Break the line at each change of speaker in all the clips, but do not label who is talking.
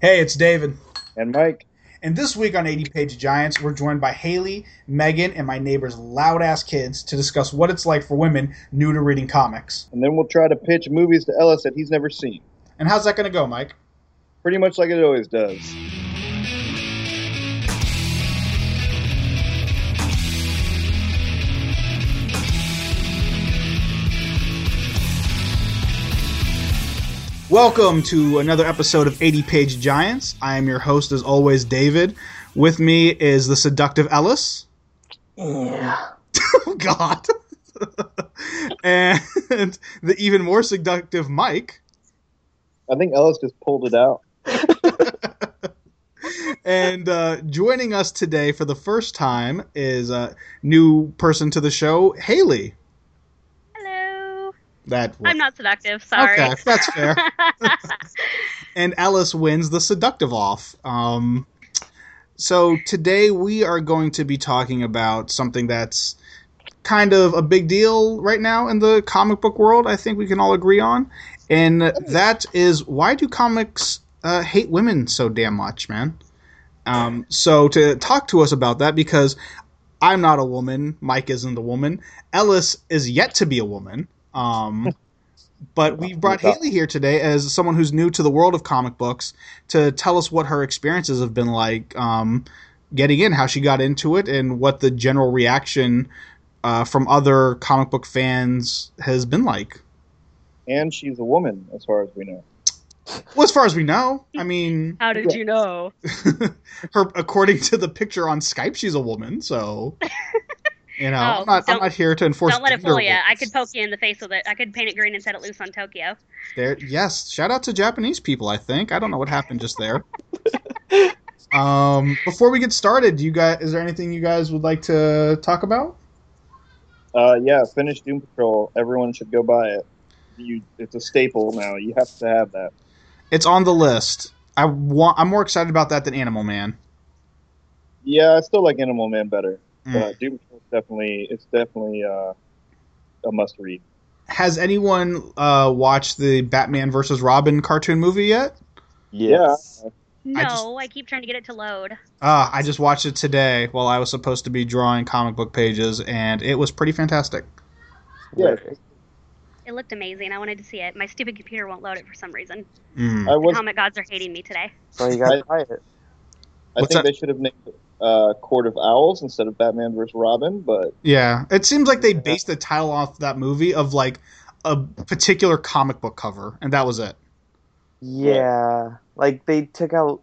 Hey, it's David.
And Mike.
And this week on 80 Page Giants, we're joined by Haley, Megan, and my neighbor's loud ass kids to discuss what it's like for women new to reading comics.
And then we'll try to pitch movies to Ellis that he's never seen.
And how's that going to go, Mike?
Pretty much like it always does.
Welcome to another episode of 80 Page Giants. I am your host, as always, David. With me is the seductive Ellis.
Yeah.
Oh, God. and the even more seductive Mike.
I think Ellis just pulled it out.
And uh, joining us today for the first time is a new person to the show, Haley.
Hello.
That
I'm not seductive. Sorry.
Okay, that's fair. and Ellis wins the seductive off. Um, so today we are going to be talking about something that's kind of a big deal right now in the comic book world. I think we can all agree on, and that is why do comics uh, hate women so damn much, man? Um, so to talk to us about that because I'm not a woman, Mike isn't a woman, Ellis is yet to be a woman. Um, but we brought Haley here today as someone who's new to the world of comic books to tell us what her experiences have been like um, getting in, how she got into it, and what the general reaction uh, from other comic book fans has been like.
And she's a woman, as far as we know.
Well, as far as we know, I mean,
How did you know?
her according to the picture on Skype, she's a woman, so you know,
Oh,
I'm, not, I'm
don't-
not here to enforce.
Don't let it
gender
fool you. I
roles.
could poke you in the face with it. I could paint it green and set it loose on Tokyo.
There, yes. Shout out to Japanese people. I think I don't know what happened just there. um, before we get started, you guys, is there anything you guys would like to talk about?
Uh, yeah, finish Doom Patrol. Everyone should go buy it. You, it's a staple now. You have to have that.
It's on the list. I want. I'm more excited about that than Animal Man.
Yeah, I still like Animal Man better,
Mm.
but Doom Patrol is definitely it's definitely uh, a must read.
Has anyone uh, watched the Batman versus Robin cartoon movie yet?
Yes.
No,
I
I,
just-
keep trying to get it to load.
Uh, I just watched it today while I was supposed to be drawing comic book pages, and it was pretty fantastic.
Yeah,
It looked amazing. I wanted to see it. My stupid computer won't load it for some reason.
Mm.
I
The
was.
comic gods are hating me today.
So you gotta buy it.
I
What's
think
that?
they should have named it uh, Court of Owls instead of Batman vs Robin, but
Yeah, it seems like they
Yeah.
based the title off that movie of like a particular comic book cover, and that was it.
Yeah. Like they took out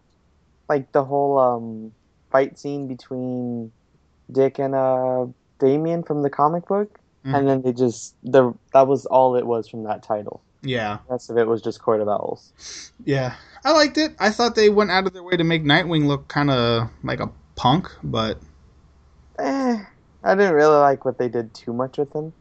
like the whole um fight scene between Dick and uh Damien from the comic book.
Mhm.
And then they just the that was all it was from that title.
Yeah,
The rest of it was just Court of Owls.
yeah, I liked it. I thought they went out of their way to make Nightwing look kind of like a punk, but
Eh, I didn't really like what they did too much with him.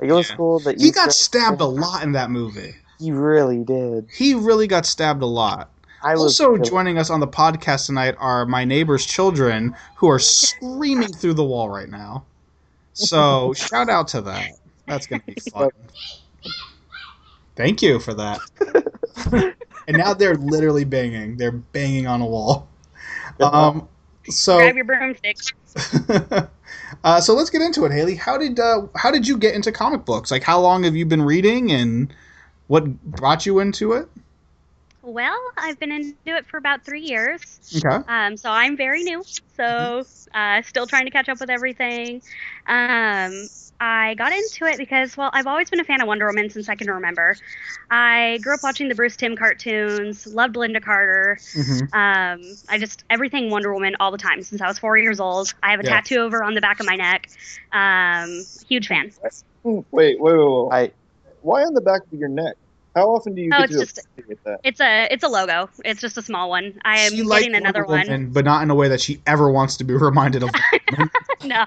Like it was
Yeah.
cool that
he got stabbed a lot in that movie.
He really did.
He really got stabbed a lot.
I was
Also
really-
joining us on the podcast tonight are my neighbor's children who are screaming through the wall right now. So shout out to that. That's gonna be fun. Thank you for that. and now they're literally banging. They're banging on a wall. Um, so
Grab your broomstick.
uh, so let's get into it, Haley. How did uh, how did you get into comic books? Like, how long have you been reading, and what brought you into it?
Well, I've been into it for about three years.
Okay.
Um, so I'm very new, so uh, still trying to catch up with everything. Um, I got into it because, well, I've always been a fan of Wonder Woman since I can remember. I grew up watching the Bruce Tim cartoons, loved Linda Carter.
Mm-hmm.
Mhm.
Um, I just, everything Wonder Woman all the time since I was four years old. I have a
Yeah.
tattoo over on the back of my neck. Um, huge fan.
wait, hmm, wait, wait, wait.
I
Why on the back of your neck? How often do you
Oh,
get
it's
to
just-
appreciate that?
It's a it's a logo. It's just a small one. I am
She liked
getting another
Wonder
one.
Woman, but not in a way that she ever wants to be reminded of.
no,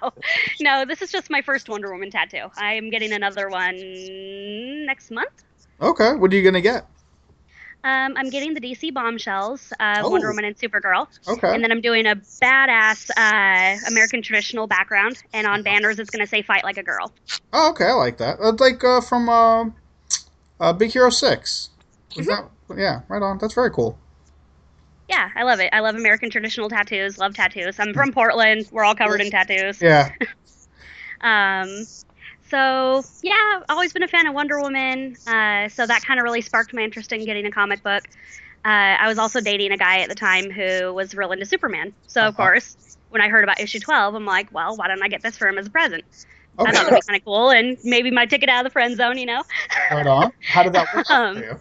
no, this is just my first Wonder Woman tattoo. I am getting another one next month.
okay, what are you gonna get?
Um, I'm getting the DC bombshells, uh,
Oh.
Wonder Woman and Supergirl,
Okay,
and then I'm doing a badass uh, American traditional background. And on banners, it's gonna say "Fight Like a Girl."
oh, okay, I like that. Uh, like uh, from uh,
Mm-hmm.
uh, Big Hero Six. Was that- yeah, right on. That's very cool.
yeah, I love it. I love American traditional tattoos. Love tattoos. I'm from Portland. We're all covered in tattoos.
Yeah.
Um, so yeah, always been a fan of Wonder Woman. Uh, so that kind of really sparked my interest in getting a comic book. Uh, I was also dating a guy at the time who was real into Superman. So of
Uh-huh.
course, when I heard about issue 12, I'm like, well, why don't I get this for him as a present? I thought
Okay.
that'd be kind of cool, and maybe my ticket out of the friend zone. You know,
right on. How did that work out
Um,
for you?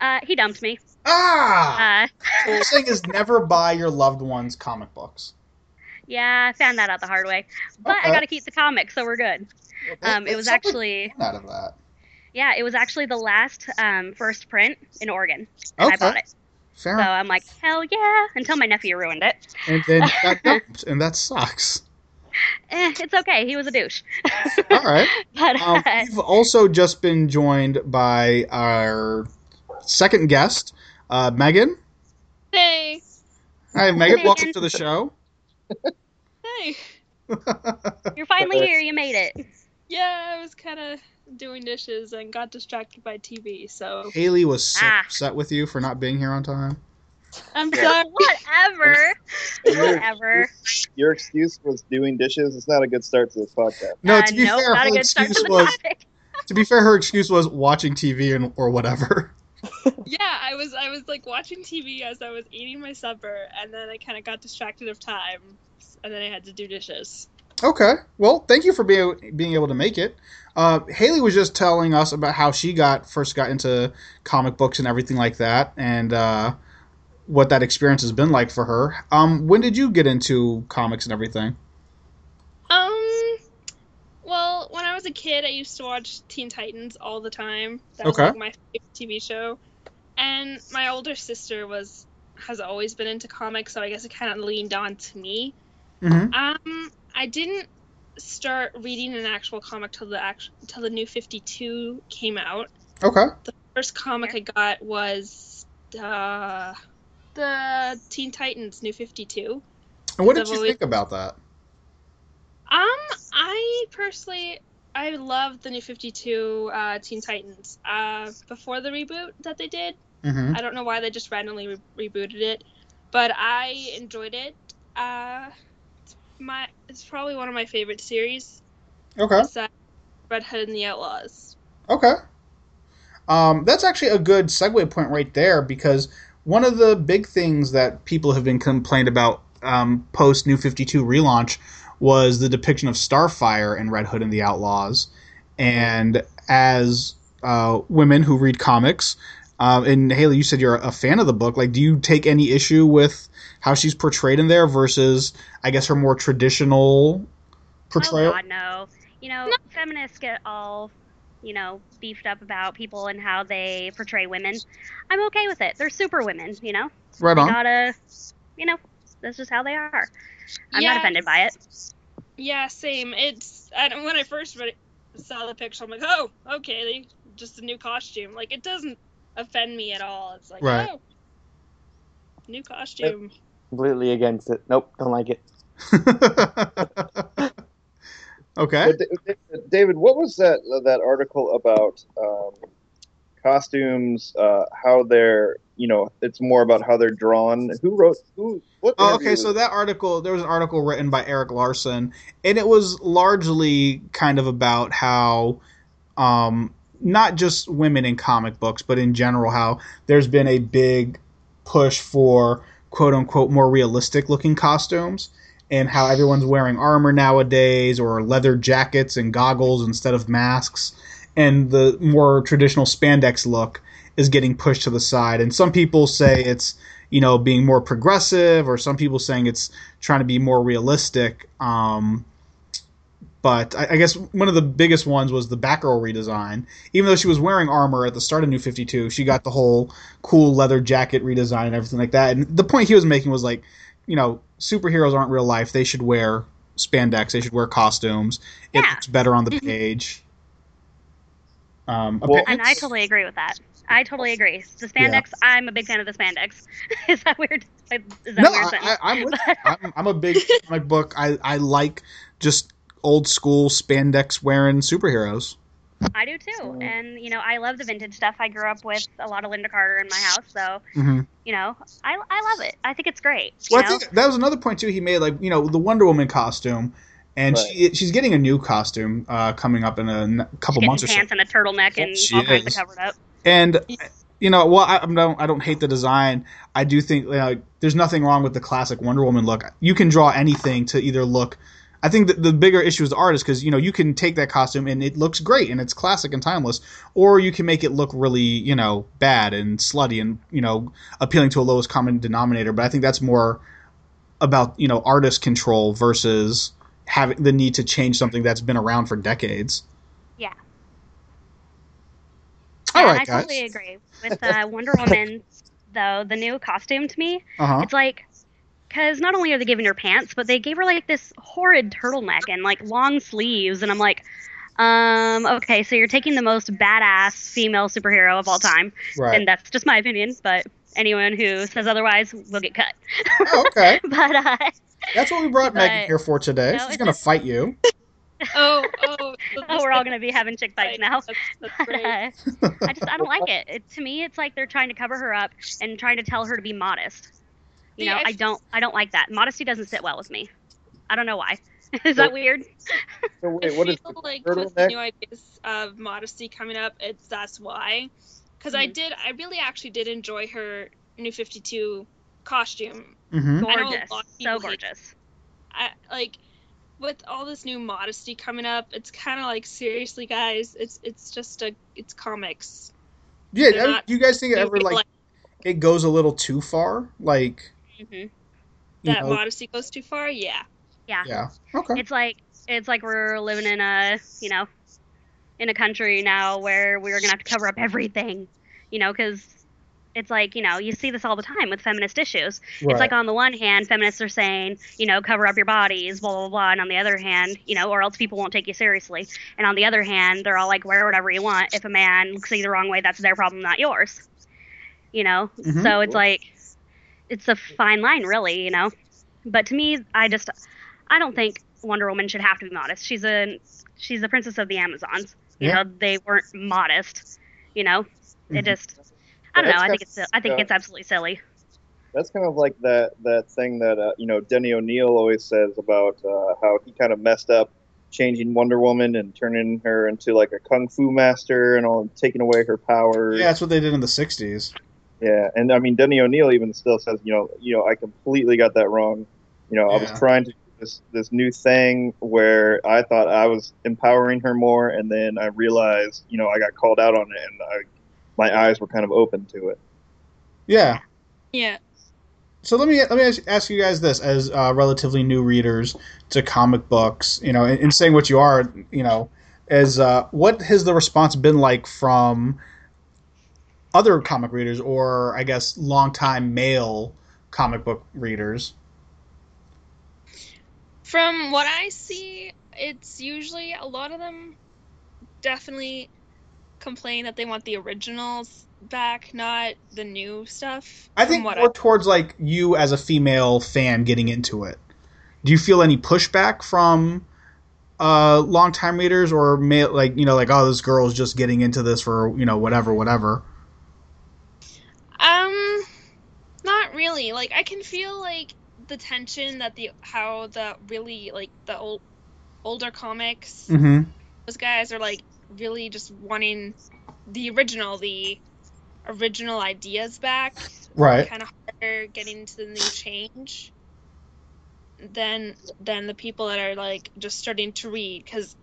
uh, he dumped me.
Ah.
Uh,
So you're saying is never buy your loved ones comic books.
yeah, I found that out the hard way. But
Okay.
I got to keep the comic, so we're good. Um, it was
Something
actually,
out of that.
yeah, it was actually the last um, first print in Oregon, and
Okay.
I bought it.
Fair.
So I'm like, hell yeah! Until my nephew ruined it.
And then that dumped, and that sucks.
Eh, it's okay. He was a douche.
All right.
But
Um,
uh,
we've also just been joined by our second guest, uh, Megan.
Hey,
Hi, Megan. Welcome
Megan.
to the show.
hey.
you're finally here. You made it.
Yeah, I was kind of doing dishes and got distracted by TV, so
Haley was so
Ah.
upset with you for not being here on time.
I'm
Yeah.
sorry.
Whatever.
And your,
Whatever.
your excuse was doing dishes. It's not a good start to this podcast.
No,
Uh,
to be
nope,
fair,
not a
her
good start
excuse
to the
was
topic.
to be fair, her excuse was watching TV and or whatever.
Yeah, I was I was like watching TV as I was eating my supper, and then I kind of got distracted of time, and then I had to do dishes.
Okay. Well, thank you for being being able to make it. Uh, Haley was just telling us about how she got first got into comic books and everything like that, and uh, what that experience has been like for her. Um, when did you get into comics and everything?
Um, well, when I was a kid, I used to watch Teen Titans all the time. That was
Okay.
like my favorite TV show. And my older sister was has always been into comics, so I guess it kind of leaned on to me.
Mm-hmm.
Um, I didn't start reading an actual comic till the act- till the new 52 came out.
Okay.
First comic I got was uh, the Teen Titans new 52.
And what did
Double
you
E.
think about that?
Um, I personally I love the new 52 uh, Teen Titans. Uh, before the reboot that they did,
Mm-hmm.
I don't know why they just randomly re- rebooted it, but I enjoyed it. Uh, it's my it's probably one of my favorite series.
Okay.
besides Red Hood and the Outlaws.
Okay. Um, that's actually a good segue point right there because one of the big things that people have been complained about um, post New 52 relaunch was the depiction of Starfire in Red Hood and the Outlaws. And as uh, women who read comics, uh, and Haley, you said you're a fan of the book. Like, do you take any issue with how she's portrayed in there versus, I guess, her more traditional portrayal?
Oh God, no. You know, feminists get all, you know, beefed up about people and how they portray women. I'm okay with it. They're super women. You know,
right
they
on.
gotta, you know, that's just how they are. I'm not
Yeah.
offended by it.
Yeah, same. It's and when I first read it, saw the picture, I'm like, oh, okay, they, just a new costume. Like it doesn't offend me at all. It's like,
Right.
oh, new costume.
Completely against it. Nope, don't like it.
okay.
But Da- Da- David, what was that that article about um, costumes? Uh, how they're you know, it's more about how they're drawn. Who wrote who? What?
Oh,
interview
okay. So
was-
that article, there was an article written by Eric Larson, and it was largely kind of about how, um, not just women in comic books, but in general, how there's been a big push for quote unquote more realistic looking costumes, and how everyone's wearing armor nowadays or leather jackets and goggles instead of masks, and the more traditional spandex look is getting pushed to the side. And some people say it's you know, being more progressive, or some people saying it's trying to be more realistic. Um, but I, I guess one of the biggest ones was the Batgirl redesign. Even though she was wearing armor at the start of New 52, she got the whole cool leather jacket redesign and everything like that. And the point he was making was like, you know, superheroes aren't real life. They should wear spandex, they should wear costumes. It
Yeah. Mm-hmm.
looks better on the
Mhm.
page. Um,
Well-
And I
apparently-
totally agree with that. I totally agree. The
Yeah.
spandex. I'm a big fan of the spandex. is that weird? Is that
no,
weird?
I, I, I'm, with you. I'm I'm a big comic book. I I like just old school spandex wearing superheroes.
I do too.
Mm.
And, you know, I love the vintage stuff. I grew up with a lot of Linda Carter in my house. So,
hmm
you know, I, I love it. I think it's great. you
Well, I
know?
think that was another point too. He made like you know the Wonder Woman costume, and
Right.
she she's getting a new costume uh, coming up in a n- couple
Getting
months or so.
pants and a turtleneck and
She
all kinds of
is.
covered up.
And you know, well, I, I don't I don't hate the design. I do think you know, there's nothing wrong with the classic Wonder Woman look. You can draw anything to either look. I think that the bigger issue is the artist because you know you can take that costume and it looks great and it's classic and timeless, or you can make it look really you know bad and slutty and you know appealing to a lowest common denominator. But I think that's more about you know artist control versus having the need to change something that's been around for decades.
Yeah.
All
Yeah,
right,
I
guys.
totally agree with uh, Wonder Woman. Though the new costume to me,
Uh huh.
it's like, because not only are they giving her pants, but they gave her like this horrid turtleneck and like long sleeves, and I'm like, um, okay, so you're taking the most badass female superhero of all time,
Right.
and that's just my opinion, but anyone who says otherwise will get cut.
Oh, okay.
But uh,
That's what we brought Megan
But-
here for today.
No,
She's
it's
gonna
just-
fight you.
Oh, oh. so
oh,
this
we're all
is
gonna be having chick fights
like-
now.
That's, that's
But,
great.
uh, I just I don't like it. it. To me, it's like they're trying to cover her up and trying to tell her to be modest. You
Yeah,
know,
I-
I don't I don't like that. Modesty doesn't sit well with me. I don't know why. Is that weird?
So
I
wait,
feel
what is the
like with the
turtleneck?
new ideas of modesty coming up, it's that's why. Because I
Mhm.
did, I really actually did enjoy her new Fifty Two costume.
hmm
I know a
Gorgeous,
lot of
so
people hate-
gorgeous.
I like with all this new modesty coming up. It's kind of like seriously, guys. It's it's just a it's comics.
Yeah.
They're
I-
not-
do you guys think it
You
ever like
realize
it goes a little too far? Like
hmm
Mm-hmm.
you
that
know,
modesty goes too far. Yeah.
Yeah.
Yeah. Okay.
it's like it's like we're living in a you know in a country now where we're gonna have to cover up everything. You know, because it's like you know you see this all the time with feminist issues.
Right.
It's like on the one hand, feminists are saying, you know, cover up your bodies, blah blah blah, and on the other hand, you know, or else people won't take you seriously. And on the other hand, they're all like, wear whatever you want. If a man looks at you the wrong way, that's their problem, not yours. You know,
Mhm.
so it's like, it's a fine line, really. You know, but to me, I just, I don't think Wonder Woman should have to be modest. She's a, she's the princess of the Amazons. You
Yeah.
know, they weren't modest. You know,
Mhm.
it just, I don't
That's
know. I
kind of-
think it's, I think
yeah.
it's absolutely silly.
That's kind of like that that thing that uh, you know Denny O'Neil always says about uh, how he kind of messed up changing Wonder Woman and turning her into like a kung fu master and all taking away her powers.
yeah, that's what they did in the '60s.
Yeah, and I mean Denny O'Neil even still says, you know, you know, I completely got that wrong. You know, I
Yeah.
was trying to do this this new thing where I thought I was empowering her more, and then I realized, you know, I got called out on it, and I, my eyes were kind of open to it.
Yeah.
Yeah.
So let me let me ask- ask you guys this, as uh, relatively new readers to comic books, you know, and, and saying what you are, you know, is uh, what has the response been like from other comic readers, or I guess longtime male comic book readers?
From what I see, it's usually a lot of them definitely complain that they want the originals back, not the new stuff.
I
from
think
what
more towards like you as a female fan getting into it. Do you feel any pushback from uh, longtime readers or male, like you know, like oh, this girl's just getting into this for you know whatever, whatever?
Um, not really. Like I can feel like the tension that the how the really like the old older comics
Mm-hmm.
those guys are like really just wanting the original the original ideas back.
Right.
Kind of harder getting to the new change than than the people that are like just starting to read because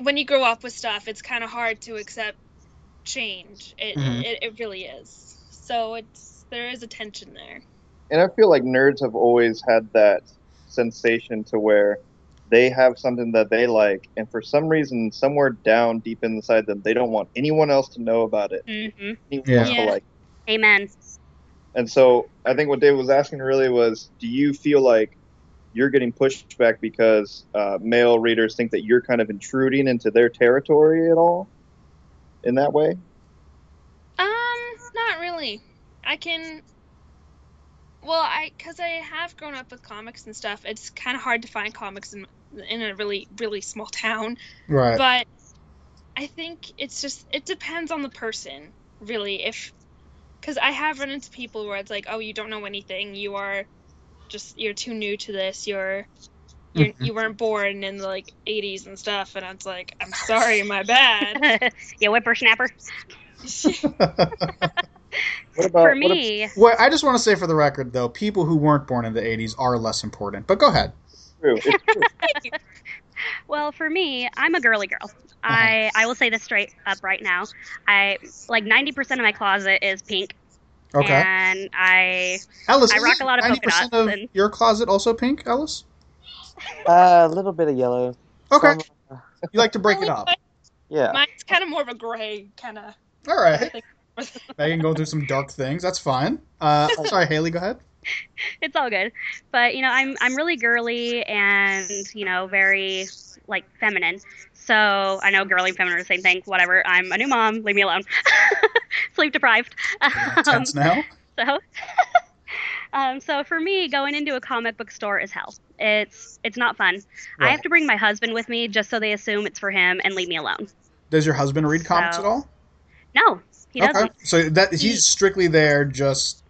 when you grow up with stuff, it's kind of hard to accept change. It,
Mhm.
it it really is. So it's there is a tension there.
And I feel like nerds have always had that sensation to where they have something that they like, and for some reason, somewhere down deep inside them, they don't want anyone else to know about it.
hmm
Anyone
Yeah.
else to
Yeah.
like.
Amen.
And so I think what David was asking really was, do you feel like you're getting pushback because uh, male readers think that you're kind of intruding into their territory at all in that way?
Um, not really. I can. Well, I because I have grown up with comics and stuff. It's kind of hard to find comics in in a really really small town.
Right.
But I think it's just it depends on the person, really. If because I have run into people where it's like, oh, you don't know anything. You are just you're too new to this. You're you're,
Mhm.
you weren't born in the like 80s and stuff, and it's like, I'm sorry, my bad.
yeah, whippersnapper.
What about what
For
ab-
me,
Well, I just want to say for the record, though, people who weren't born in the 80s are less important. But go ahead.
true. It's true.
well, for me, I'm a girly girl.
Uh-huh.
I I will say this straight up right now. I like 90% of my closet is pink,
Okay.
and I
Alice,
I rock
isn't
a lot of
90%
polka dots,
of
and-
your closet also pink, Alice?
Uh, a little bit of yellow.
Okay.
Some-
You like to break it
Only
up.
mine-
yeah.
Mine's kind of more of a gray kind of.
All right. Megan going through some dark things. That's fine. Uh, sorry, Haley, go ahead.
it's all good. But you know, I'm I'm really girly and you know very like feminine. So I know girly and feminine are the same thing. Whatever. I'm a new mom. Leave me alone. Sleep deprived. Um,
Tense now.
so, um, so for me, going into a comic book store is hell. It's it's not fun. I
Right.
have to bring my husband with me just so they assume it's for him and leave me alone.
Does your husband read comics
So,
at all?
No, he doesn't.
So that he's
He-
strictly there just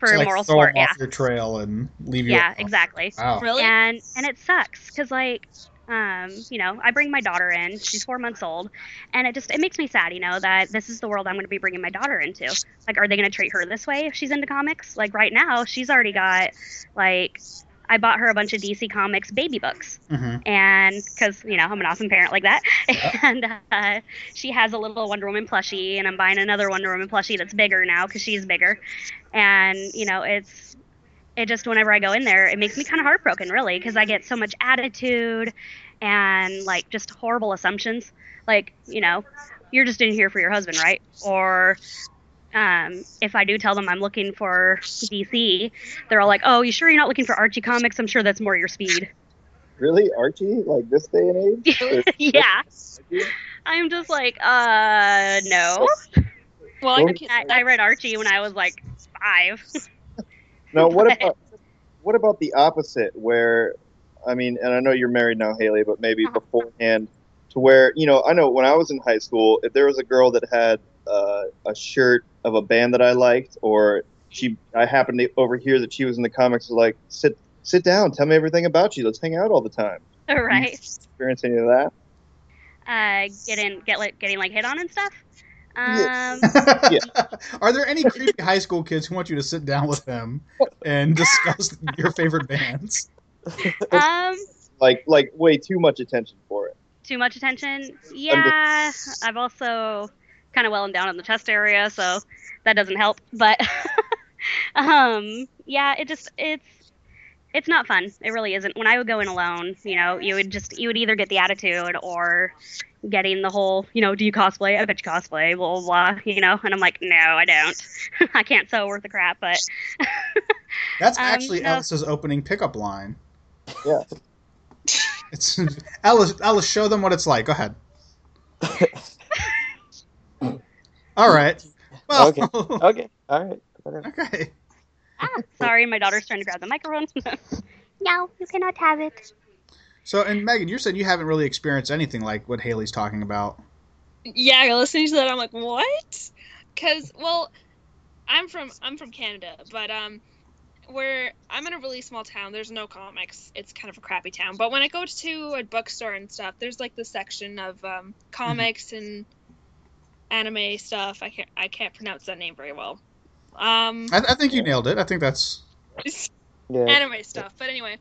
For
to, like,
moral
throw
support,
him
yeah,
off your trail and leave you.
yeah,
alone.
exactly.
Wow.
Really?
and and it sucks because like um you know i bring my daughter in she's four months old and it just it makes me sad you know that this is the world i'm going to be bringing my daughter into like are they going to treat her this way if she's into comics like right now she's already got like i bought her a bunch of dc comics baby books
hmm
and because you know I'm an awesome parent like that,
Yeah.
and uh, she has a little Wonder Woman plushie, and I'm buying another Wonder Woman plushie that's bigger now because she's bigger, and you know it's it just whenever I go in there, it makes me kind of heartbroken really because I get so much attitude and like just horrible assumptions, like you know you're just in here for your husband, right? Or um, if I do tell them I'm looking for DC, they're all like, "Oh, you sure you're not looking for Archie comics? I'm sure that's more your speed."
Really, Archie? Like this day and age? There's
yeah.
Archie?
I'm just like, uh, no.
Well, I,
Well,
could-
I, I read Archie when I was like five.
Now, what
But-
about what about the opposite? Where, I mean, and I know you're married now, Haley, but maybe
Uh-huh.
beforehand, to where you know, I know when I was in high school, if there was a girl that had uh, a shirt of a band that I liked, or she, I happened to overhear that she was in the comics, was like, sit, sit down, tell me everything about you. Let's hang out all the time.
right?
Experience any of that?
Uh, getting get like getting like hit on and stuff.
Yeah.
Um,
Are there any creepy high school kids who want you to sit down with them and discuss your favorite bands?
um,
Like, like way too much attention for it.
too much attention. Yeah, I've also kind of welling down in the chest area, so that doesn't help. But um, yeah, it just it's it's not fun. It really isn't. When I would go in alone, you know, you would just you would either get the attitude or getting the whole, you know, do you cosplay? I bet you cosplay, blah blah, blah you know. And I'm like, no, I don't. I can't sew worth a crap. But
That's
Um,
actually
no.
Alice's opening pickup line.
Yeah.
It's Alice. Alice, show them what it's like. Go ahead. All right. Well,
Okay.
Oh.
okay. All right. Whatever.
okay.
ah, sorry, my daughter's trying to grab the microphone. no, you cannot have it.
So, and Megan, you're saying you haven't really experienced anything like what Haley's talking about.
yeah, listening to that, I'm like, what? Because well, I'm from I'm from Canada, but um, where I'm in a really small town. There's no comics. It's kind of a crappy town. But when I go to a bookstore and stuff, there's like the section of
Mm-hmm.
um, comics and anime stuff. I can't I can't pronounce that name very well. Um,
I, I think you nailed it. I think that's
Yeah.
anime stuff. But anyway,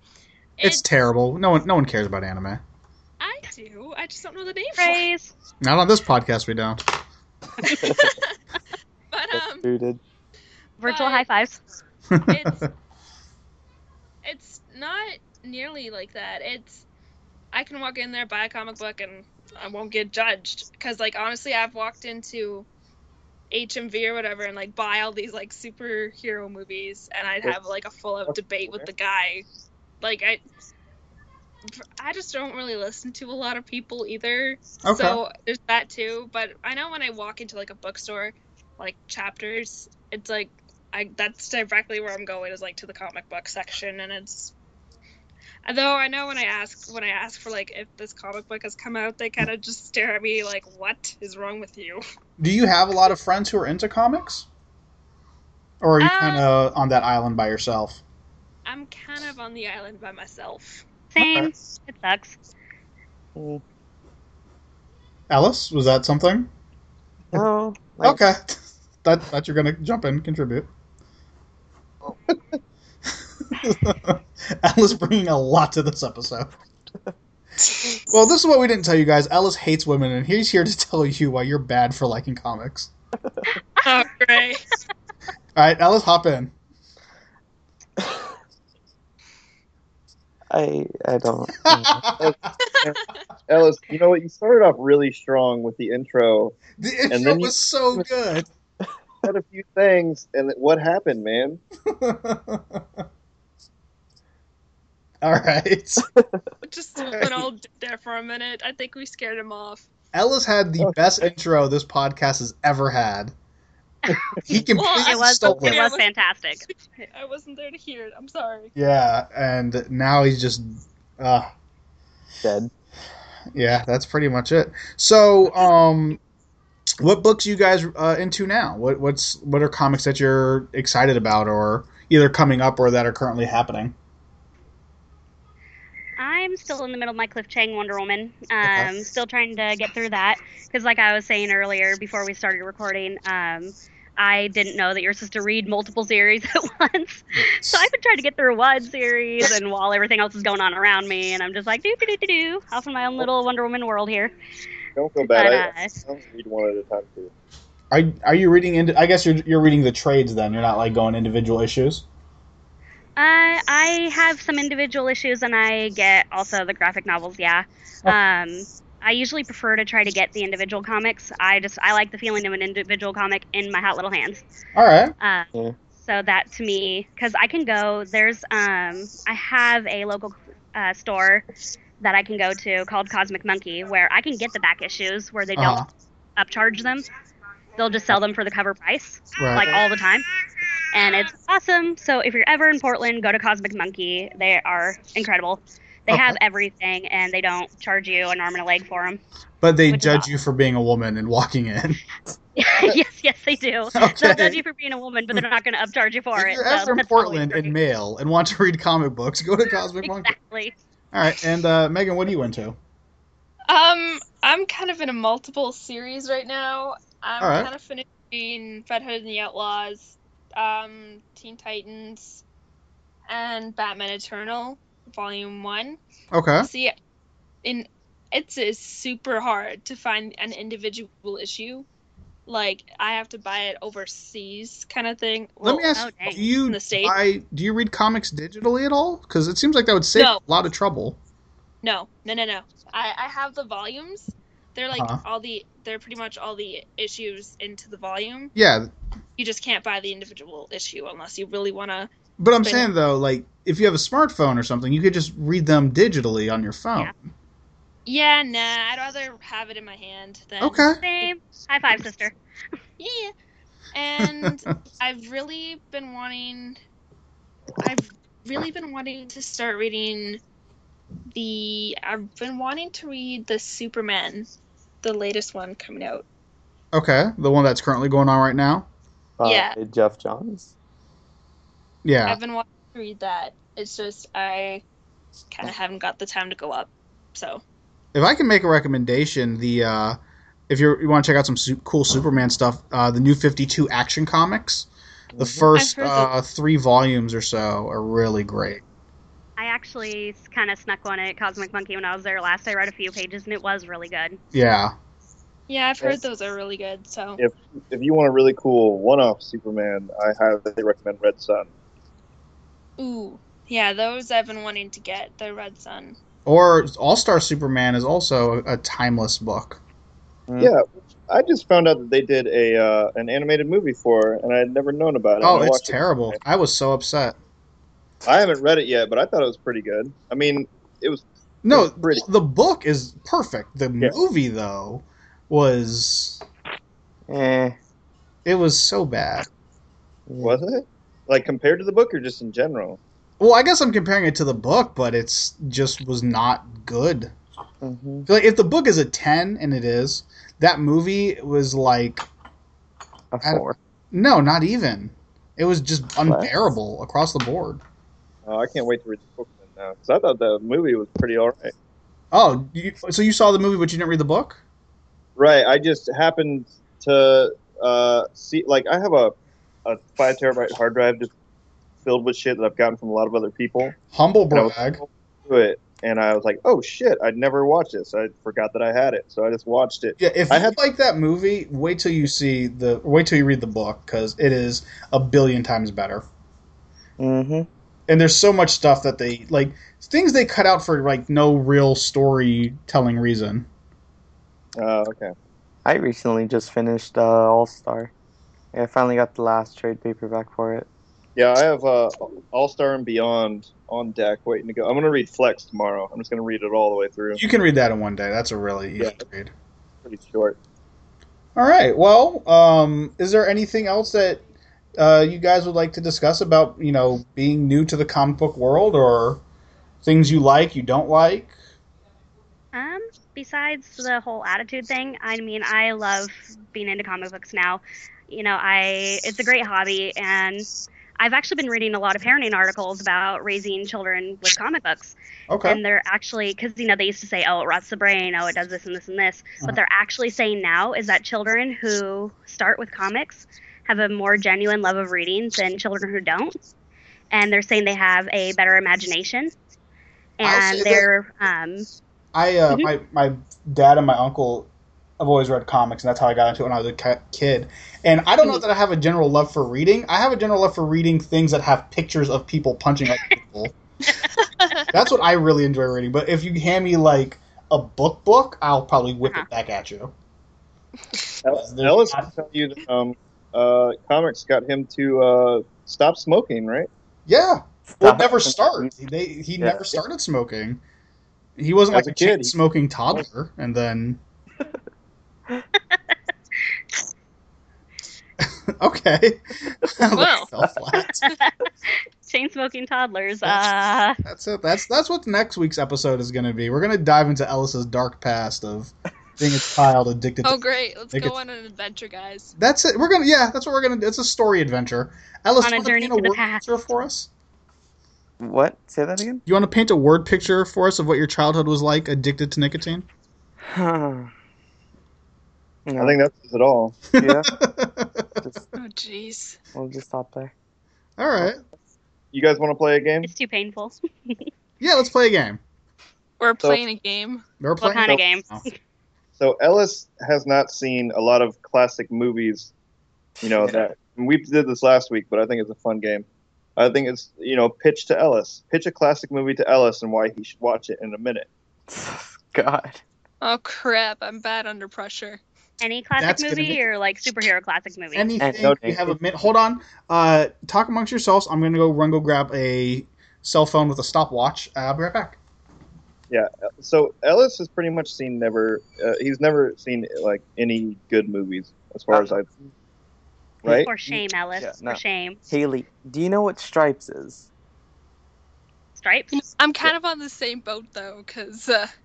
it's
it,
terrible. No one, no one cares about anime.
I do. I just don't know the name for it.
Praise.
Not on this podcast. We don't.
But
That's
um,
booted.
Virtual
Bye.
high fives.
it's it's not nearly like that. It's I can walk in there, buy a comic book, and I won't get judged. Cause like honestly, I've walked into HMV or whatever and like buy all these like superhero movies, and I'd have like a full out debate with the guy. Like I, I just don't really listen to a lot of people either.
Okay.
So there's that too. But I know when I walk into like a bookstore, like chapters, it's like I that's directly where I'm going is like to the comic book section, and it's Although I know when I ask when I ask for like if this comic book has come out, they kind of just stare at me like, "What is wrong with you?"
Do you have a lot of friends who are into comics? Or are you
Um,
kind of on that island by yourself?
I'm kind of on the island by myself.
Same.
Okay.
It sucks.
Mm,
Alice, was that something?
No. like-
okay. That, that you're going to jump in, contribute. Alice bringing a lot to this episode. Well, this is what we didn't tell you guys. Alice hates women, and he's here to tell you why you're bad for liking comics.
oh, great.
All right, Alice, hop in.
I I don't.
the,
Ellis, you know what? You started off really strong with the intro.
intro
then you-
was so good.
Had a few things, and what happened, man?
All right.
Just an old dude there for a minute. I think we scared him off.
Ellis had the best intro this podcast has ever had. He completely
Well,
It was
stole
it
it.
was fantastic.
I wasn't there to hear it. I'm sorry.
Yeah, and now he's just, uh,
Dead.
yeah, that's pretty much it. So, um, what books you guys uh, into now? What what's what are comics that you're excited about, or either coming up or that are currently happening?
I'm still in the middle of my Cliff Chang Wonder Woman. Um,
Okay.
Still trying to get through that because, like I was saying earlier before we started recording, um, I didn't know that you're supposed to read multiple series at once. So I've been trying to get through one series, and while everything else is going on around me, and I'm just like do do do do do, off in my own little Wonder Woman world here.
Don't feel bad. I, I
Badass.
only read one at a time too.
Are are you reading? Into, I guess you're you're reading the trades then. You're not like going individual issues.
Uh, I have some individual issues, and I get also the graphic novels. Yeah.
Oh.
Um, I usually prefer to try to get the individual comics. I just I like the feeling of an individual comic in my hot little hands.
All right.
Uh,
Yeah.
So that to me, because I can go. There's um, I have a local uh, store that I can go to called Cosmic Monkey, where I can get the back issues where they
Uh-huh.
don't upcharge them. They'll just sell them for the cover price
Right.
like all the time. And it's awesome. So if you're ever in Portland, go to Cosmic Monkey. They are incredible. They
Okay.
have everything and they don't charge you an arm and a leg for them.
but they
which is
judge
awesome.
you for being a woman and walking in.
yes, yes, they do. They'll judge
Okay.
you for being a woman, but they're not going to upcharge you for
if
it.
you're
so
ever in
that's always
Portland
great.
and male and want to read comic books, go to Cosmic Monkey.
Exactly.
All right, and uh, Megan, what are you into?
Um, I'm kind of in a multiple series right now. I'm
All right.
kind of finishing Fred Hood and the Outlaws, um, Teen Titans, and Batman Eternal, Volume One.
Okay.
See, in it's, it's super hard to find an individual issue. Like I have to buy it overseas, kind of thing.
Let
Well,
me ask
oh, dang.
do you.
in the States.
buy- do you read comics digitally at all? Because it seems like that would save
No.
a lot of trouble.
No, no, no, no. I, I have the volumes. They're like
Uh-huh.
all the they're pretty much all the issues into the volume.
Yeah,
You just can't buy the individual issue unless you really want to.
but I'm
But-
saying though, like if you have a smartphone or something, you could just read them digitally on your phone.
Yeah.
Yeah, nah. I'd rather have it in my hand than.
Okay.
Same. High five, sister.
Yeah. And I've really been wanting. I've really been wanting to start reading the. I've been wanting to read the Superman, the latest one coming out.
Okay, the one that's currently going on right now.
By
Yeah.
Jeff Johns.
Yeah.
I've been wanting to read that. It's just I kind of haven't got the time to go up. So
if I can make a recommendation, the uh, if you're, you want to check out some su- cool Superman stuff, uh, the new Fifty Two Action Comics, the
Mhm.
first
I've heard
uh, three volumes or so are really great.
I actually kind of snuck one at Cosmic Monkey when I was there last. I read a few pages and it was really good.
Yeah.
yeah, I've
heard
heard those are really good. So
If if you want a really cool one-off Superman, I highly recommend Red Sun.
ooh, yeah, those I've been wanting to get the Red Sun.
Or All Star Superman is also a, a timeless book. Hmm.
Mm.
Yeah, I just found out that they did a uh, an animated movie for, her, and I had never known about it.
Oh,
And I
it's
watched it.
terrible. I was so upset.
I haven't read it yet, but I thought it was pretty good. I mean, it was
No,
It's pretty.
the book is perfect. The
Yeah.
movie though was
Eh.
it was so bad.
was it like compared to the book or just in general?
Well, I guess I'm comparing it to the book, but it's just was not good.
hmm
I feel like if the book is a ten, and it is, that movie was like
A
I don't-
four.
no, not even. It was just unbearable across the board.
Oh, I can't wait to read the book then now because I thought the movie was pretty all right.
Oh, you, so you saw the movie, but you didn't read the book?
Right. I just happened to uh, see, like, I have a, a five terabyte hard drive just filled with shit that I've gotten from a lot of other people.
Humble
And I was
brag.
scrolling through it, and I was like, oh shit, I'd never watched this. I forgot that I had it, so I just watched it.
Yeah, if
I
you
had-
like that movie, wait till you see the wait till you read the book because it is a billion times better.
hmm
And there's so much stuff that they like things they cut out for like no real storytelling reason.
Oh, okay.
I recently just finished uh, All Star. I finally got the last trade paperback for it.
Yeah, I have uh, All Star and Beyond on deck waiting to go. I'm going to read Flex tomorrow. I'm just going to read it all the way through.
You can read that in one day. That's a really easy
Yeah.
read.
pretty short.
All right. Well, um, is there anything else that uh, you guys would like to discuss about you know being new to the comic book world or things you like you don't like?
Um, besides the whole attitude thing, I mean, I love being into comic books now. You know, I it's a great hobby, and I've actually been reading a lot of parenting articles about raising children with comic books,
Okay.
and they're actually because you know they used to say, oh, it rots the brain, oh, it does this and this and this.
Uh-huh.
What they're actually saying now is that children who start with comics have a more genuine love of reading than children who don't, and they're saying they have a better imagination,
I'll say
and
that-
they're um
I uh,
Mhm.
my my dad and my uncle have always read comics, and that's how I got into it when I was a ki- kid. And I don't know that I have a general love for reading. I have a general love for reading things that have pictures of people punching other people. that's what I really enjoy reading. But if you hand me like a book book, I'll probably whip
Uh-huh.
it back at you.
El-
There's
Ellis
not-
tell you that um, uh, comics got him to uh, stop smoking, right?
Yeah, well,
Stop.
never start. They, he
Yeah.
never started smoking. He wasn't
As
like
a
a chain
kid, he-
smoking toddler, and then. okay. I let
Wow.
myself laugh.
chain smoking toddlers. Uh,
That's it. That's that's what next week's episode is going to be. We're going to dive into Ellis's dark past of being a child addicted.
Oh
to...
great! Let's
Make
go
it-
on an adventure, guys.
That's it. We're gonna yeah. That's what we're gonna. do. It's a story adventure. Ellis,
On
do
a
you want
journey
paint a
to the
word
past.
picture for us?
What? Say that again?
You want to paint a word picture for us of what your childhood was like addicted to nicotine?
no.
I think that says it all.
yeah. Just,
Oh jeez.
we'll just stop there.
All right.
You guys want to play a game?
it's too painful.
Yeah, let's play a game.
We're
So-
playing a game.
We're
What
playing.
kind of game?
now.
So Ellis has not seen a lot of classic movies. You know
Yeah.
that and we did this last week, but I think it's a fun game. I think it's you know pitch to Ellis, pitch a classic movie to Ellis and why he should watch it in a minute.
God.
Oh crap! I'm bad under pressure.
Any classic
That's gonna
movie
be-
or like superhero classic movie?
Anything
No,
you
thank
have
you.
a minute. Hold on. Uh, talk amongst yourselves. I'm gonna go run go grab a cell phone with a stopwatch. I'll be right back.
So Ellis has pretty much seen never. Uh, he's never seen like any good movies as far as I right.
For shame, Ellis.
Yeah, no.
For shame.
Haley, do you know what Stripes is?
Stripes.
I'm kind of on the same boat though, cause uh,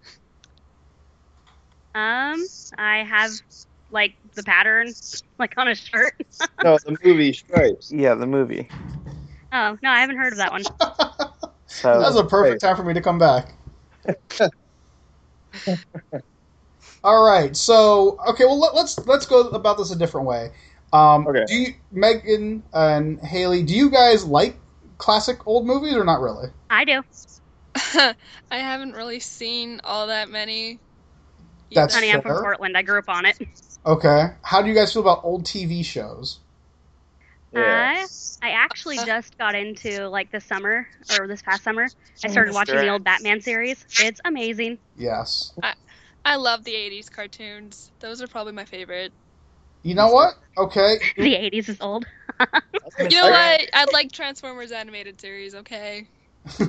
Um, I have like the pattern, like on a shirt.
No, the movie Stripes.
Yeah, the movie.
Oh no, I haven't heard of that one.
That was
So,
a perfect time for me to come back. All right. So okay. Well, let, let's let's go about this a different way. Um,
Okay.
Do you, Megan and Haley, do you guys like classic old movies or not really?
I do.
I haven't really seen all that many.
That's-
Honey, I'm from
Sure.
Portland. I grew up on it.
Okay. How do you guys feel about old TV shows?
Yeah.
I I actually just got into like this summer or this past summer. I started
Mr.
watching the old
X.
Batman series. It's amazing.
Yes.
I love the '80s cartoons. Those are probably my favorite.
You know what? Okay.
The 80s is old.
You know what? I like Transformers animated series. Okay. Go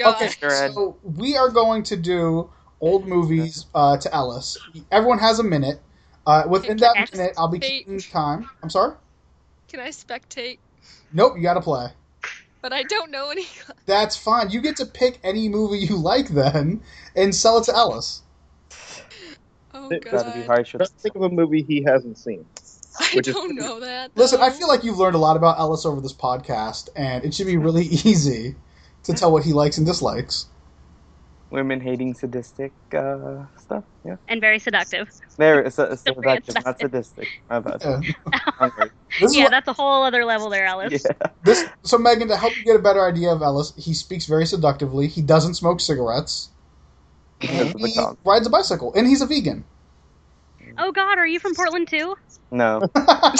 okay,
on.
Red.
so we are going to do old movies uh, to Ellis. Everyone has a minute. Uh, within that
Okay.
minute, I'll be
Hey.
keeping time. I'm sorry.
Can I spectate?
Nope, you got to play.
but I don't know any.
That's fine. You get to pick any movie you like then and sell it to Ellis.
Oh
It-
god,
Gotta be harsh.
Try to think of a movie he hasn't seen.
I
which is-
don't know that.
Listen, I
though.
feel like you've learned a lot about Ellis over this podcast, and it should be really easy to tell what he likes and dislikes.
Women hating sadistic uh, stuff. Yeah.
and very seductive.
There, it's, it's
Don't forget
seductive, not sadistic. My bad.
Yeah.
Wrong word.
This is
yeah,
what-
that's a whole other level there, Alice.
Yeah.
this, so, Megan, to help you get a better idea of Ellis, he speaks very seductively. He doesn't smoke cigarettes.
That's
And
the
he
con.
rides a bicycle, and he's a vegan.
Oh God, are you from Portland too?
No.
Oh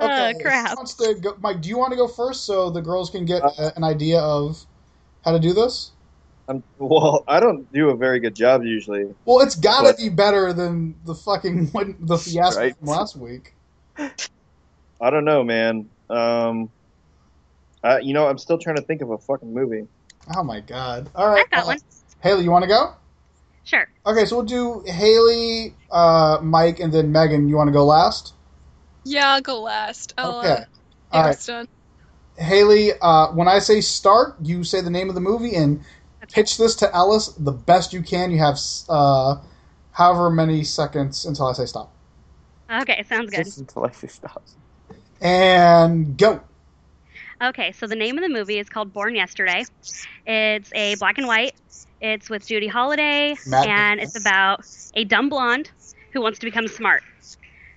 Okay, who
crap.
wants to go- Mike, do you want to go first so the girls can get uh, an idea of how to do this?
I'm, well, I don't do a very good job usually.
Well, it's got to
What?
be better than the fucking one, the fiasco
Right.
from last week.
I don't know, man. Um, I, you know, I'm still trying to think of a fucking movie.
Oh my god! All
I
right,
got
uh,
one.
Haley, you want to go?
Sure.
Okay, so we'll do Haley, uh, Mike, and then Megan. You want to go last?
Yeah, I'll go last. I'll,
Okay.
Uh,
All right,
it's done.
Haley. Uh, when I say start, you say the name of the movie and pitch this to Ellis the best you can. You have s- uh, however many seconds until I say stop
Okay, sounds good.
Just until I say stop.
and go.
Okay, so the name of the movie is called Born Yesterday. It's a black and white. It's with Judy Holliday,
Matt Damon.
and it's about a dumb blonde who wants to become smart.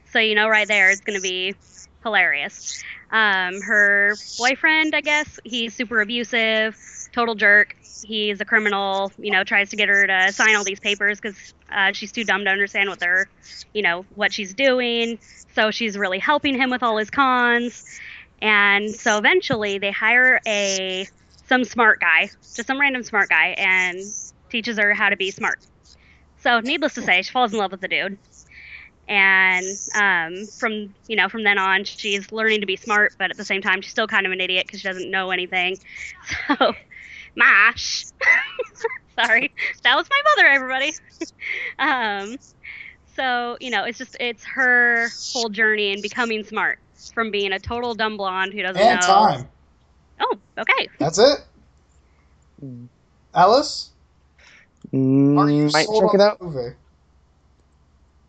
So you know, right there, it's going to be hilarious. Um, her boyfriend, I guess, he's super abusive, total jerk. He's a criminal. You know, tries to get her to sign all these papers because uh, she's too dumb to understand what they're, you know, what she's doing. So she's really helping him with all his cons. And so eventually they hire a some smart guy, just some random smart guy, and teaches her how to be smart. So needless to say, she falls in love with the dude. And um, from you know from then on, she's learning to be smart, but at the same time, she's still kind of an idiot because she doesn't know anything. So, mash. Sorry, that was my mother, everybody. um, so you know, it's just it's her whole journey in becoming smart from being a total dumb blonde who doesn't
And
know.
time.
Oh, okay.
That's it.
Mm.
Alice, are you
Mm, Might
sold
check
on
it
the
out.
Movie?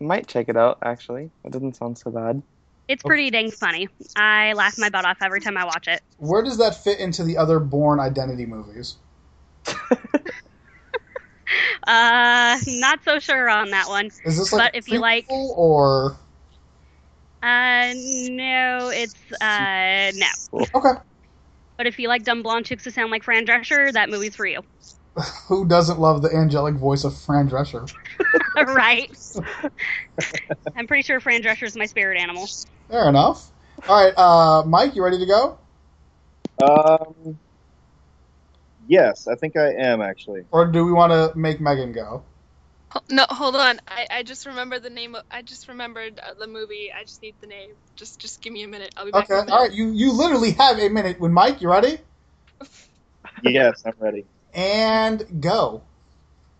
Might check it out. Actually, it doesn't sound so bad.
It's pretty dang funny. I laugh my butt off every time I watch it.
Where does that fit into the other Born Identity movies?
Uh, not so sure on that one.
Is this like
But
a
if you like-
prequel or
Uh, no, it's uh no.
okay,
But if you like dumb blonde chicks who sound like Fran Drescher, that movie's for you,
who doesn't love the angelic voice of Fran Drescher?
right? I'm pretty sure Fran Drescher's my spirit animal.
Fair enough. All right, uh, Mike, you ready to go,
Um, yes, I think I am actually.
or do we want to make Megan go?
Ho- No, hold on. I, I just remembered the name. Of, I just remembered uh, the movie. I just need the name. Just just give me a minute. I'll be back.
Okay,
in a
all right, you you literally have a minute. When Mike, you ready?
Yes, I'm ready.
And go.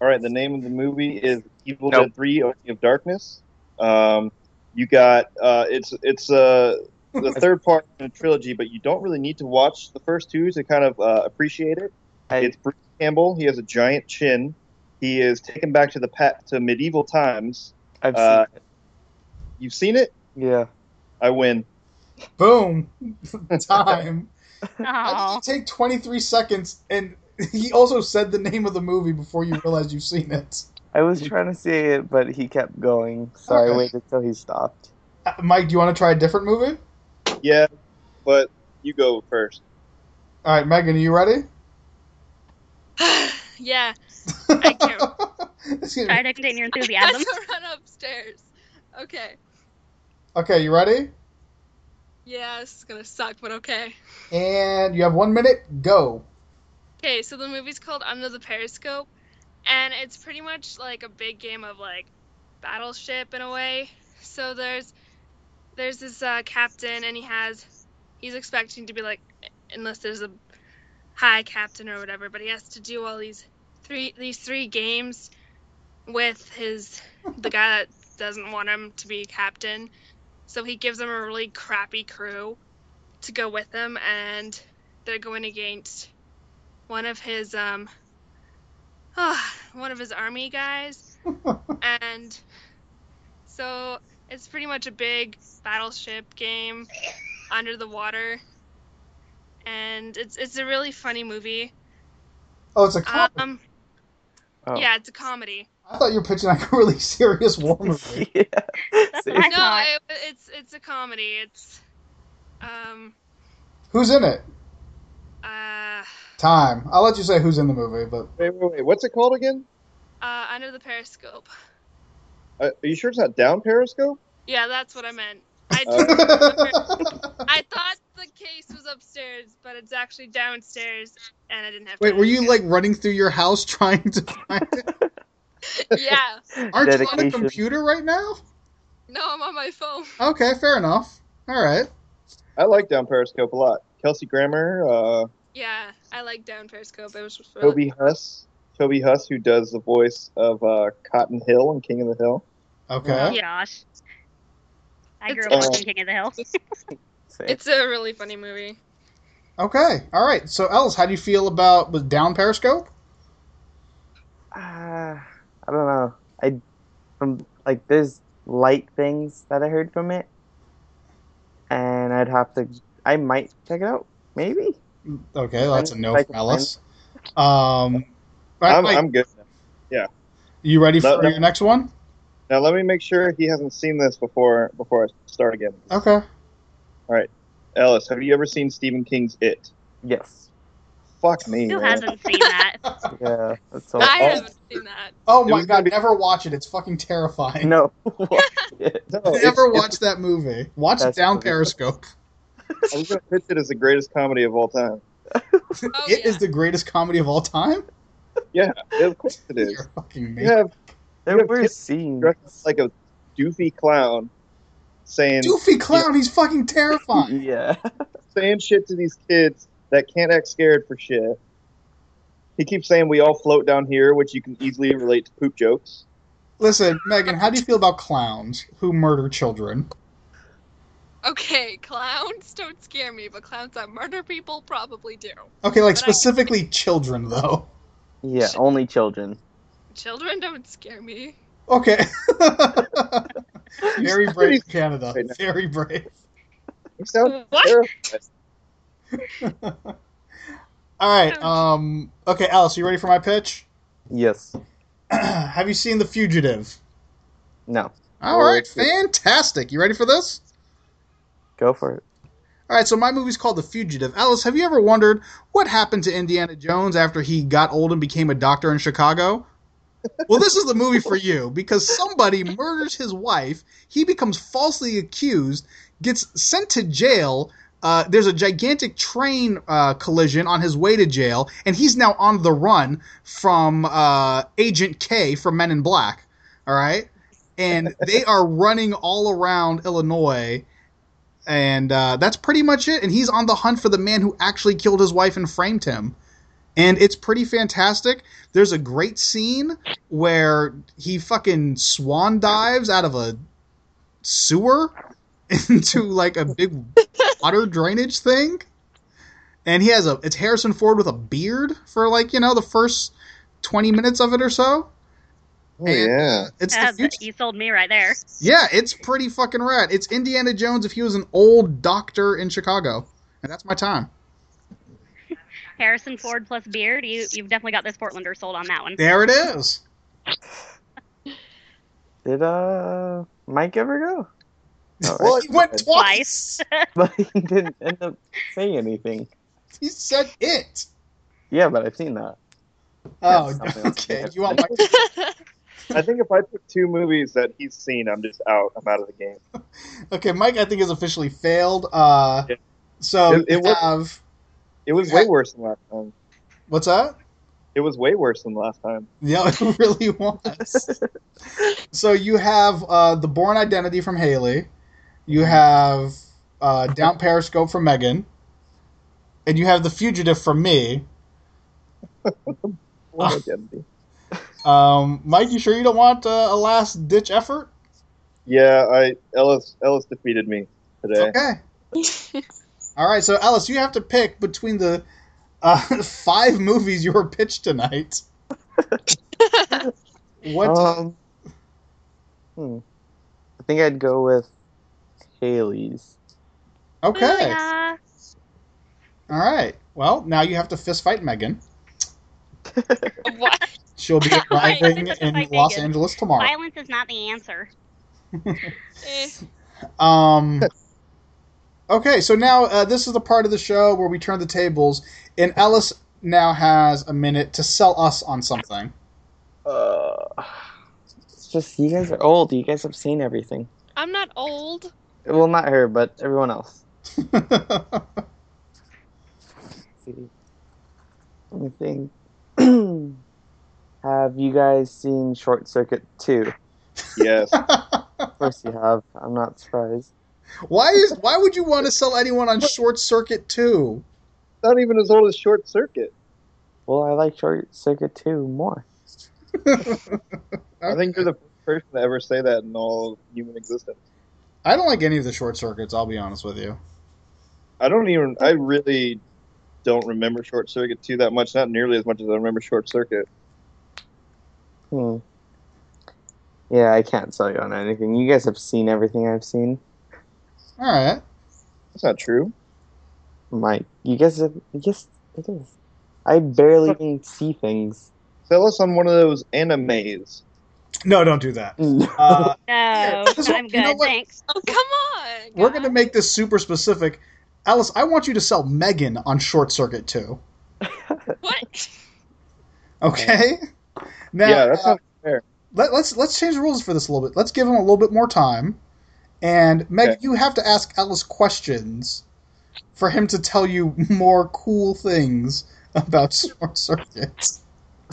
All right, the name of the movie is Evil
Nope.
Dead Three: Army of Darkness. Um, you got uh, it's it's uh, the third part in a trilogy, but you don't really need to watch the first two to kind of uh, appreciate it.
I,
It's Bruce Campbell. He has a giant chin. He is taken back to the pat to medieval times.
I've seen
uh,
it.
You've seen it.
Yeah.
I win.
Boom. Time. How
Oh,
did you take 23 seconds and he also said the name of the movie before you realized you've seen it?
I was trying to see it, but he kept going, so
Mm. Okay.
I waited till he stopped.
Uh, Mike, do you want to try a different movie?
Yeah, but you go first.
All right, Megan, are you ready?
minute. yeah, I can't.
Excuse me.
try to contain your
I
enthusiasm.
gotta run upstairs. Okay.
Okay, you ready?
Yeah, this is gonna suck, but okay.
And you have one minute. Go.
Okay, so the movie's called Under the Periscope, and it's pretty much like a big game of like battleship in a way. So there's there's this uh, captain, and he has he's expecting to be like unless there's a high captain or whatever, but he has to do all these three these three games with his the guy that doesn't want him to be captain. So he gives him a really crappy crew, to go with him, and they're going against one of his um, ah, one of his army guys, and so it's pretty much a big battleship game under the water, and it's it's a really funny movie.
Oh, it's a comic.
Um,
Oh.
yeah, it's a comedy.
I thought you were pitching like a really serious war movie.
yeah.
That's
See?
what I
no,
thought.
it, it's it's a comedy. It's um
Who's in it?
uh,
Time. I'll let you say who's in the movie, but
Wait, wait, wait. What's it called again?
uh under the periscope.
Uh, are you sure it's not down Periscope?
Yeah, that's what I meant. I
Uh,
I thought the case was upstairs, but it's actually downstairs, and I didn't have.
wait,
time
were
to
you
go.
like running through your house trying to find it?
Yeah.
Aren't you on a
Dedication.
computer right now?
No, I'm on my phone.
Okay, fair enough. All right.
I like down Periscope a lot. Kelsey Grammer, uh,
Yeah, I like down periscope. It was just really-
Toby Huss, Toby Huss, who does the voice of uh, Cotton Hill and King of the Hill.
Okay.
Oh, Gosh. I grew
It's
up
all-
watching King of the Hill.
Same.
It's a really funny movie.
Okay. All right. So, Ellis, how do you feel about was down Periscope?
Uh, I don't know. I from like there's light things that I heard from it, and I'd have to. I might check it out. Maybe.
Okay, that's a no
Like,
from Ellis. Um, all right,
I'm,
Mike,
I'm good.
you ready
No,
for
no.
your next one?
Now let me make sure he hasn't seen this before before I start again.
Okay.
Ellis, have you ever seen Stephen King's It?
Yes.
Fuck me.
Who
man.
hasn't seen that? Uh,
Yeah. That's so.
I
oh.
haven't seen that.
Oh
It
my
was gonna
god,
be-
never watch it. It's fucking terrifying.
Oh, No.
No, it's-
Never
it's-
watch that movie. Watch
That's
Down
ridiculous.
Periscope.
I was gonna pitch it as the greatest comedy of all time.
It is
Oh, yeah.
the greatest comedy of all time.
Of course it is.
You're fucking me.
You have
there
have
were
kids
scenes.
dressed up like a doofy clown saying
Doofy clown. He's fucking terrifying.
Yeah.
saying shit to these kids that can't act scared for shit. He keeps saying we all float down here, which you can easily relate to poop jokes.
Listen, Megan, how do you feel about clowns who murder children?
Okay, clowns don't scare me, but clowns that murder people probably do.
Okay, like
But I-
specifically children though.
Yeah. Only children.
Children don't scare me.
Okay. Very brave Canada.
Right now.
Very brave.
He sounds
What?
terrified.
All right. Um. Okay, Alice, you ready for my pitch?
Yes.
Have you seen The Fugitive?
No.
All
Oh,
right,
yeah.
fantastic. You ready for this?
Go for it.
All right, so my movie's called The Fugitive. Alice, have you ever wondered what happened to Indiana Jones after he got old and became a doctor in Chicago? Well, this is the movie for you because somebody murders his wife, he becomes falsely accused, gets sent to jail. Uh, there's a gigantic train uh, collision on his way to jail, and he's now on the run from uh, Agent K from Men in Black. All right? And they are running all around Illinois and uh, that's pretty much it. And he's on the hunt for the man who actually killed his wife and framed him. And it's pretty fantastic. There's a great scene where he fucking swan dives out of a sewer into like a big water drainage thing. And he has a it's Harrison Ford with a beard for like, you know, the first 20 minutes of it or so.
Oh,
And,
yeah.
uh, It's
Uh,
the future.
you sold me right there.
Yeah, it's pretty fucking rad. It's Indiana Jones if he was an old doctor in Chicago. And that's my time.
Harrison Ford plus beard. You you've definitely got this Portlander sold on that one.
There it is.
Did uh Mike ever go? No, right?
Well,
he went
it's-
twice.
but he didn't end up saying anything.
He said it.
Yeah, but I've seen that.
Oh,
something else.
okay. You want my
I think if I pick two movies that he's seen, I'm just out. I'm out of the game.
okay? Mike, I think has officially failed. Uh,
Yeah.
so
It- it
you
was-
have
It was way worse than last time.
what's that?
It was way worse than last time.
Yeah, it really was. so you have uh, the Born Identity from Haley.
Mm-hmm.
You have uh, Down Periscope from Megan, and you have The Fugitive from me.
What identity?
Um, Mike, you sure you don't want uh, a last ditch effort?
Yeah, I Ellis Ellis defeated me today.
Okay. All right, so Alice, you have to pick between the uh, five movies you were pitched tonight. What?
Um, hmm. I think I'd go with Haley's.
okay.
Oh, yeah.
All right. Well, now you have to fist fight Megan.
what?
She'll be
Right,
arriving
fist
in
fight
Los
Megan.
Angeles tomorrow.
Violence is not the answer.
Eh.
Um, okay, so now uh, this is the part of the show where we turn the tables, and Ellis now has a minute to sell us on something.
Uh, it's just you guys are old. You guys have seen everything.
I'm not old.
Well, not her, but everyone else. Let's see. Let me think. have you guys seen Short Circuit 2?
Yes.
Of course you have. I'm not surprised.
why is why would you want to sell anyone on Short Circuit Two?
Not even as old as Short Circuit.
Well, I like Short Circuit 2 more.
I think you're the first person to ever say that in all of human existence.
I don't like any of the Short Circuits. I'll be honest with you.
I don't even. I really don't remember Short Circuit too that much. Not nearly as much as I remember Short Circuit.
Hmm. Yeah, I can't sell you on anything. You guys have seen everything I've seen.
All right.
That's not true.
Mike, you guys have. Yes, it is. I barely even see things.
Sell us on one of those animes.
No, don't do that.
No.
Uh,
No,
this one-
I'm
you know
good.
what?
Thanks.
Oh, come on.
we're going to
guys.
make this super specific. Alice, I want you to sell Megan on Short Circuit Two.
What?
Okay. Now,
yeah, that's
uh,
not
let, let's let's change the rules for this a little bit. Let's give him a little bit more time. And Meg,
Okay.
you have to ask Alice questions for him to tell you more cool things about short circuits.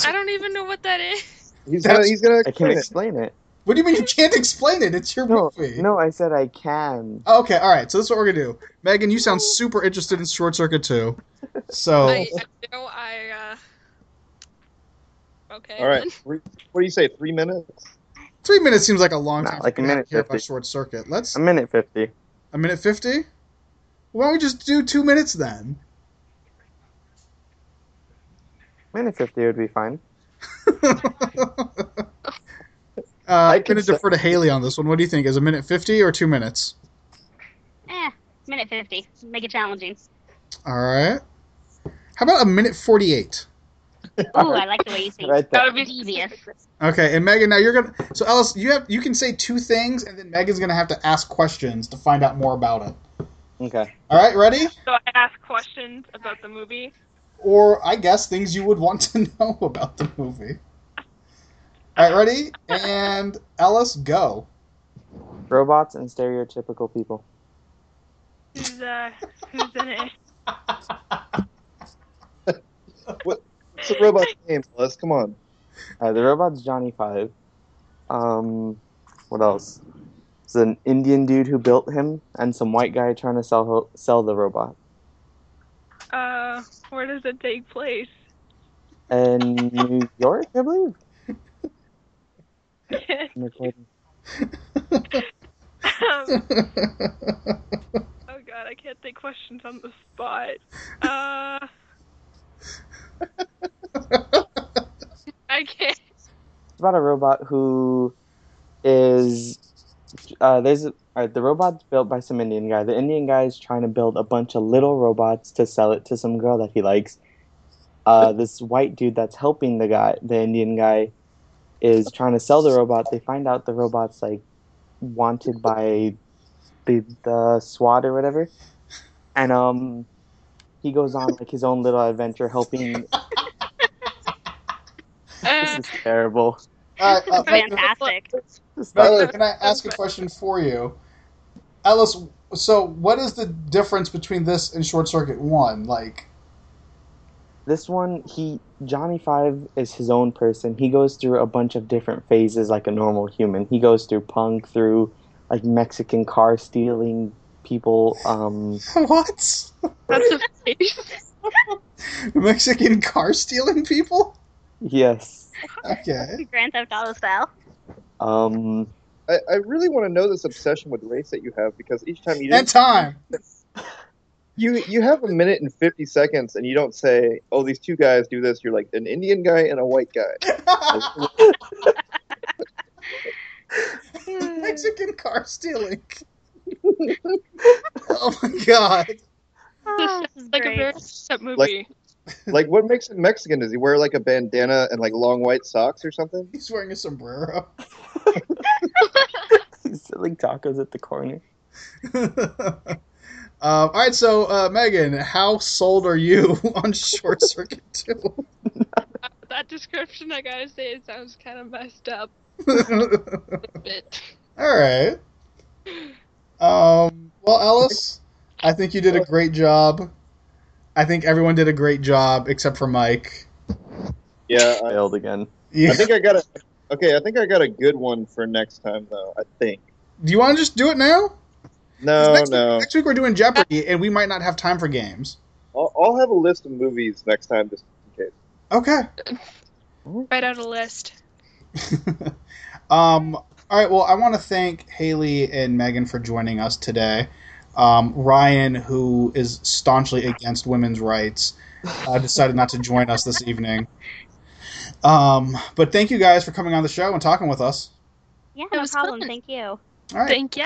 I don't even know what that is.
He's
That's-
gonna, he's gonna
I
explain
can
it.
explain it.
What do you mean you can't explain it? It's your
No,
movie. Oh,
no, I said I can.
Okay, all right. So this is what we're gonna do. Megan, you sound super interested in short circuit too. So
I, I know I. Uh... Okay.
All right.
then.
Three, what do you say? Three minutes?
three minutes seems like a long
Nah,
time.
like a
for me to
minute
hear
50.
about short circuit. Let's
A minute fifty.
a minute fifty. Why don't we just do two minutes then?
Minute fifty would be fine.
uh, I'm
can
going to
say-
defer to Haley on this one. What do you think? Is a minute 50 or two minutes?
Eh, minute 50. Make it challenging.
All right. How about a minute 48?
Ooh, I like the way you think.
Right there.
would be
devious.
Okay, and Megan, now you're gonna. So Ellis, you have you can say two things, and then Megan's gonna have to ask questions to find out more about it.
Okay.
All right, ready?
So I ask questions about the movie.
Or I guess things you would want to know about the movie. All right, ready? And Ellis, go.
Robots and stereotypical people.
Who's, uh, who's in it?
It's a robot name, Les. Come on.
Uh, the robot's Johnny Five. Um, what else? It's an Indian dude who built him, and some white guy trying to sell sell the robot.
Uh, where does it take place?
In New York, I believe. I'm recording.
Um, oh god, I can't think questions on the spot. Uh,
I can't.
It's about a robot who is uh, there's all right, the robot's built by some Indian guy. The Indian guy is trying to build a bunch of little robots to sell it to some girl that he likes. Uh, this white dude that's helping the guy, the Indian guy, is trying to sell the robot. They find out the robot's like wanted by the the SWAT or whatever, and um, he goes on like his own little adventure helping. This
Uh,
is terrible.
All right, uh, Megan,
Fantastic.
This is not-
Tyler, can I ask a question for you? Ellis, so what is the difference between this and Short Circuit 1? Like,
This one, he Johnny Five is his own person. He goes through a bunch of different phases like a normal human. He goes through punk, through like Mexican car stealing people. Um,
what?
that's a face.
Mexican car stealing people?
yes.
Okay.
Grand Theft Auto style.
Um,
I, I really want to know this obsession with race that you have because each time you
And time.
you you have a minute and fifty seconds, and you don't say, "Oh, these two guys do this." You're like an Indian guy and a white guy.
Mexican car stealing. oh my god.
Ah, like a
Great.
very upset movie.
like, what makes him Mexican? Does he wear like a bandana and like long white socks or something?
He's wearing a sombrero.
Selling tacos at the corner.
uh, all right, so uh, Megan, how sold are you on Short Circuit Two?
that description, I gotta say, it sounds kind of messed up
all
a bit.
right. Um, well, Ellis, I think you did a great job. I think everyone did a great job except for Mike.
Yeah, I,
Failed again.
Yeah.
I think I got a. Okay, I think I got a good one for next time though. I think.
Do you want to just do it now? 'Cause
No,
next
no.
Week, next week we're doing Jeopardy, and we might not have time for games.
I'll, I'll have a list of movies next time. Just in case.
Okay.
Write out a list.
um, all right. Well, I want to thank Haley and Megan for joining us today. Um, Ryan, who is staunchly against women's rights, uh, decided not to join us this evening. Um, but thank you guys for coming on the show and talking with us.
Yeah,
It
no
was
problem.
fun.
Thank you.
All right,
Thank you.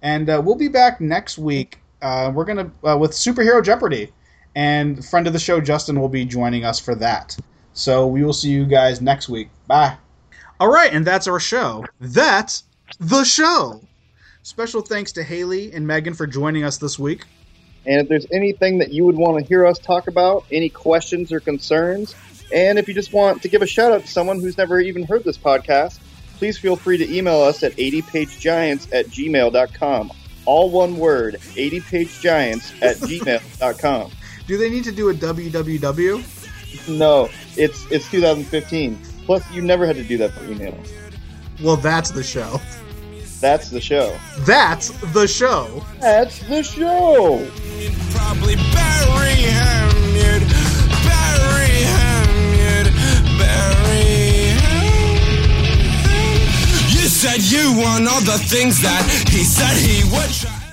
and uh, we'll be back next week. Uh, we're gonna uh, with superhero Jeopardy, and friend of the show Justin will be joining us for that. So we will see you guys next week. Bye. All right, and that's our show. That's the show. Special thanks to Haley and Megan for joining us this week.
And if there's anything that you would want to hear us talk about, any questions or concerns, and if you just want to give a shout out to someone who's never even heard this podcast, please feel free to email us at 80pagegiants at gmail.com. All one word, 80pagegiants at gmail.com.
Do they need to do a www?
No, it's it's 2015. Plus, you never had to do that for email.
Well, that's the show.
That's the show.
That's the show.
That's the show!
You'd probably bury him. You'd bury him. You'd bury him. You said you want all the things that he said he would try.